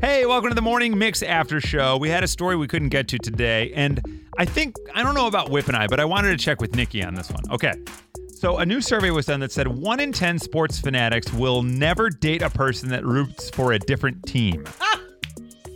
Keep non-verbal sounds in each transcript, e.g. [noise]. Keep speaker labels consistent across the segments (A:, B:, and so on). A: Hey, welcome to the Morning Mix After Show. We had a story we couldn't get to today, and I think, I don't know about Whip and I, but I wanted to check with Nikki on this one. Okay. So, a new survey was done that said one in 10 sports fanatics will never date a person that roots for a different
B: [laughs]
A: team.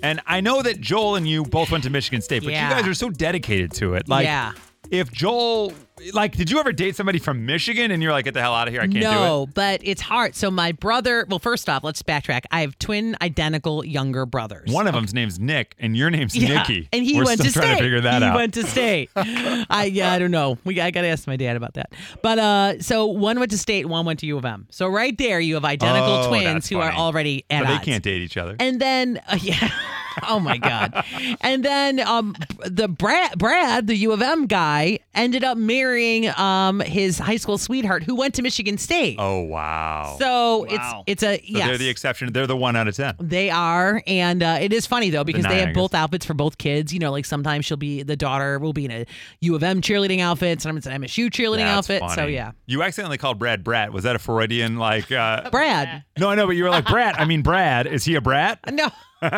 A: And I know that Joel and you both went to Michigan State, but
B: Yeah.
A: you guys are so dedicated to it. Like,
B: Yeah.
A: if Joel, like, did you ever date somebody from Michigan and you're like, get the hell out of here? I can't do it.
B: no, but it's hard. So my brother. Well, first off, let's backtrack. I have twin identical younger brothers.
A: One of them's name's Nick, and your name's
B: [laughs] Yeah,
A: Nikki.
B: and he
A: We're
B: went
A: still
B: to
A: trying
B: state.
A: to figure that
B: he
A: out.
B: went to state.
A: [laughs]
B: I yeah, I don't know. We I gotta ask my dad about that. But uh, so one went to state, and one went to U of M. So right there, you have identical
A: Oh,
B: twins
A: that's
B: who are
A: funny.
B: already at
A: but they
B: odds.
A: can't date each other.
B: And then, [laughs] uh, yeah. Oh my
A: [laughs]
B: God. and then um, the Brad, Brad, the U of M guy, ended up marrying um, his high school sweetheart who went to Michigan State.
A: oh wow!
B: So
C: Wow.
B: it's it's a
A: So
B: yes.
A: they're the exception. They're the one out of ten.
B: They are, and uh, it is funny though because
A: nine,
B: they
A: I
B: have
A: guess.
B: both outfits for both kids. You know, like sometimes she'll be the daughter will be in a U of M cheerleading outfit, sometimes an MSU cheerleading
A: That's
B: outfit. So
A: funny.
B: yeah,
A: You accidentally called Brad Brat. Was that a Freudian like?
B: [laughs]
A: Uh,
B: Brad.
A: no, I know, but you
B: [laughs]
A: were like Brat. I mean Brad. Is he a brat?
B: No,
C: Did you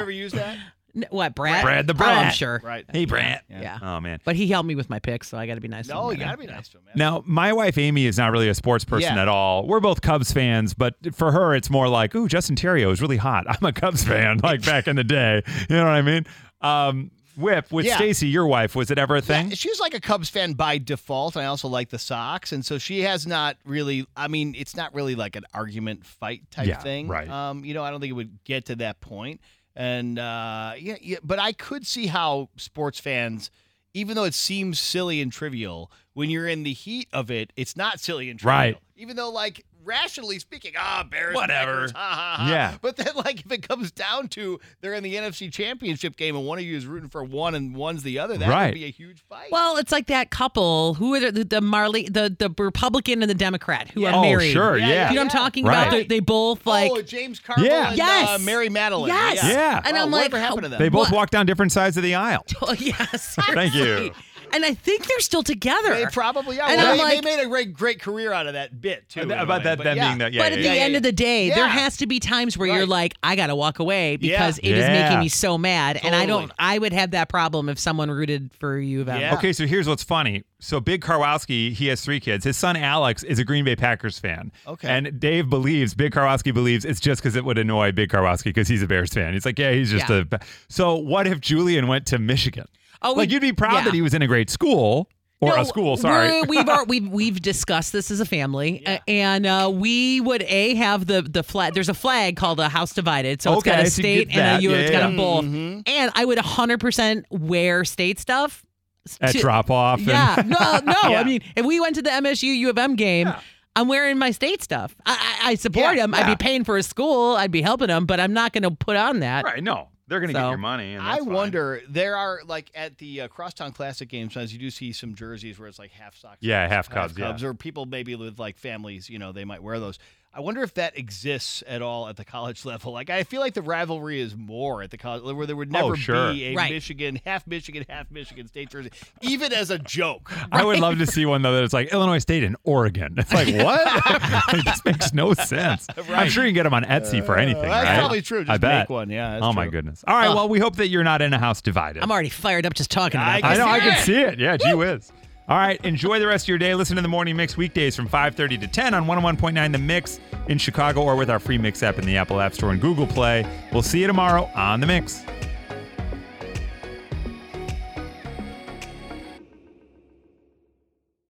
C: ever
B: no.
C: use that?
B: N- What Brad?
A: Brad the
B: Oh, I'm
A: Brat.
B: sure.
C: Oh. [laughs] Right.
A: Hey Brat.
C: Yeah.
B: Yeah.
A: Oh man.
B: But he helped me with my picks, so I got to be nice.
C: No,
B: to
C: you
B: him.
C: gotta be nice to him, man.
A: Now, my wife Amy is not really a sports person
C: Yeah.
A: at all. We're both Cubs fans, but for her, it's more like, "Ooh, Justin Terrio is really hot." [laughs] I'm a Cubs fan, like back in the day. You know what I mean? Um, Whip with
C: Yeah.
A: Stacy, your wife, was it ever a thing?
C: Yeah, she's like a Cubs fan by default. and I also like the Sox, and so she has not really. I mean, it's not really like an argument fight type
A: Yeah,
C: thing,
A: right.
C: Um, you know, I don't think it would get to that point. And uh, yeah, yeah, but I could see how sports fans, even though it seems silly and trivial, when you're in the heat of it, it's not silly and trivial.
A: Right.
C: Even though, like rationally speaking, ah, Bears,
A: Whatever.
C: Packers, ha, ha, ha.
A: Yeah.
C: But then, like, if it comes down to they're in the NFC Championship game and one of you is rooting for one and one's the other, that
A: Right.
C: would be a huge fight.
B: Well, it's like that couple who are the, the Marley, the the Republican and the Democrat who
C: Yeah.
B: are
A: Oh,
B: married.
A: sure,
C: Yeah,
A: yeah.
C: yeah,
B: You know what I'm
C: yeah.
B: talking
A: Right.
B: about? They, they both like
C: oh, James Carville
A: Yeah.
C: and uh,
B: Yes.
C: Mary Madeline.
B: yes,
A: Yeah.
B: And
C: Wow,
B: I'm like,
C: whatever
B: how-
C: happened to them?
A: They both
B: What?
A: walk down different sides of the aisle.
B: [laughs] Oh, yes.
A: Thank you.
B: seriously. And I think they're still together.
C: They probably are.
B: And
C: Well,
B: I'm
C: they,
B: like-
C: they made a great, great career out of that bit too. in a
A: About
C: way.
A: that,
C: But
A: that
C: yeah.
A: being that, yeah.
B: but at
A: yeah,
B: the
A: yeah.
C: yeah,
B: end
C: yeah.
B: of the day, there
C: Yeah.
B: has to be times where you're
C: Right.
B: like, I gotta walk away
C: Yeah.
B: because it is
A: Yeah.
B: making me so mad, and I don't.
C: Totally.
B: I would have that problem if someone rooted for you. Of M.
C: Yeah.
A: Okay, so here's what's funny. So Big Karwowski, he has three kids. His son Alex is a Green Bay Packers fan.
C: Okay.
A: And Dave believes, Big Karwowski believes it's just because it would annoy Big Karwowski because he's a Bears fan. He's like, yeah, he's just
B: Yeah.
A: a. So what if Julian went to Michigan?
B: Oh, we-
A: like you'd be proud
B: yeah.
A: that he was in a great school or a
B: No,
A: school. Sorry.
B: we're-
A: [laughs]
B: we've, are, we've we've discussed this as a family, uh, and uh, we would a have the the flag. There's a flag called a house divided, so it's
A: Okay,
B: got a
A: so you
B: state
A: get
B: and
A: that.
B: a U.
A: Yeah,
B: it's got
A: yeah.
B: them both.
C: Mm-hmm.
B: And I would 100 percent wear state stuff
A: At
B: to-
A: drop off.
B: Yeah,
C: [laughs]
B: no, no.
C: Yeah.
B: I mean, if we went to the MSU U of M game. I'm wearing my state stuff. I, I, I support
C: Yeah,
B: him.
A: yeah.
B: I'd be paying for his school. I'd be helping him, but I'm not going to put on that.
A: right. No, they're gonna get
B: So,
A: your money. And
C: I
A: that's fine.
C: wonder. There are like at the uh, Crosstown Classic games, sometimes you do see some jerseys where it's like half socks.
A: Yeah, half
C: half
A: Cubs. Yeah.
C: Cubs, or people maybe with like families, you know, they might wear those. I wonder if that exists at all at the college [laughs] level. Like, I feel like the rivalry is more at the college level, where there would never
A: Oh, sure.
C: be a
B: Right.
C: Michigan, half Michigan, half Michigan State jersey, even as a joke.
A: I would love to see one though that it's like Illinois State and Oregon. It's like what? [laughs] like, this makes no
C: [laughs]
A: sense. I'm sure you can get them on Etsy for anything.
C: Uh, that's
A: right?
C: probably true. Just
A: I bet.
C: make one, yeah, that's
A: Oh my
C: true. Uh,
A: goodness. All right. Well, we hope that you're not in a house divided.
B: I'm already fired up just talking about
C: I
B: that.
A: I know. I
C: see
A: can
C: it.
A: see it. Yeah. Gee whiz. All right. Enjoy the rest of your day. Listen to the morning mix weekdays from 5:30 to 10 on 101.9 The Mix in Chicago or with our free Mix app in the Apple App Store and Google Play. We'll see you tomorrow on The Mix.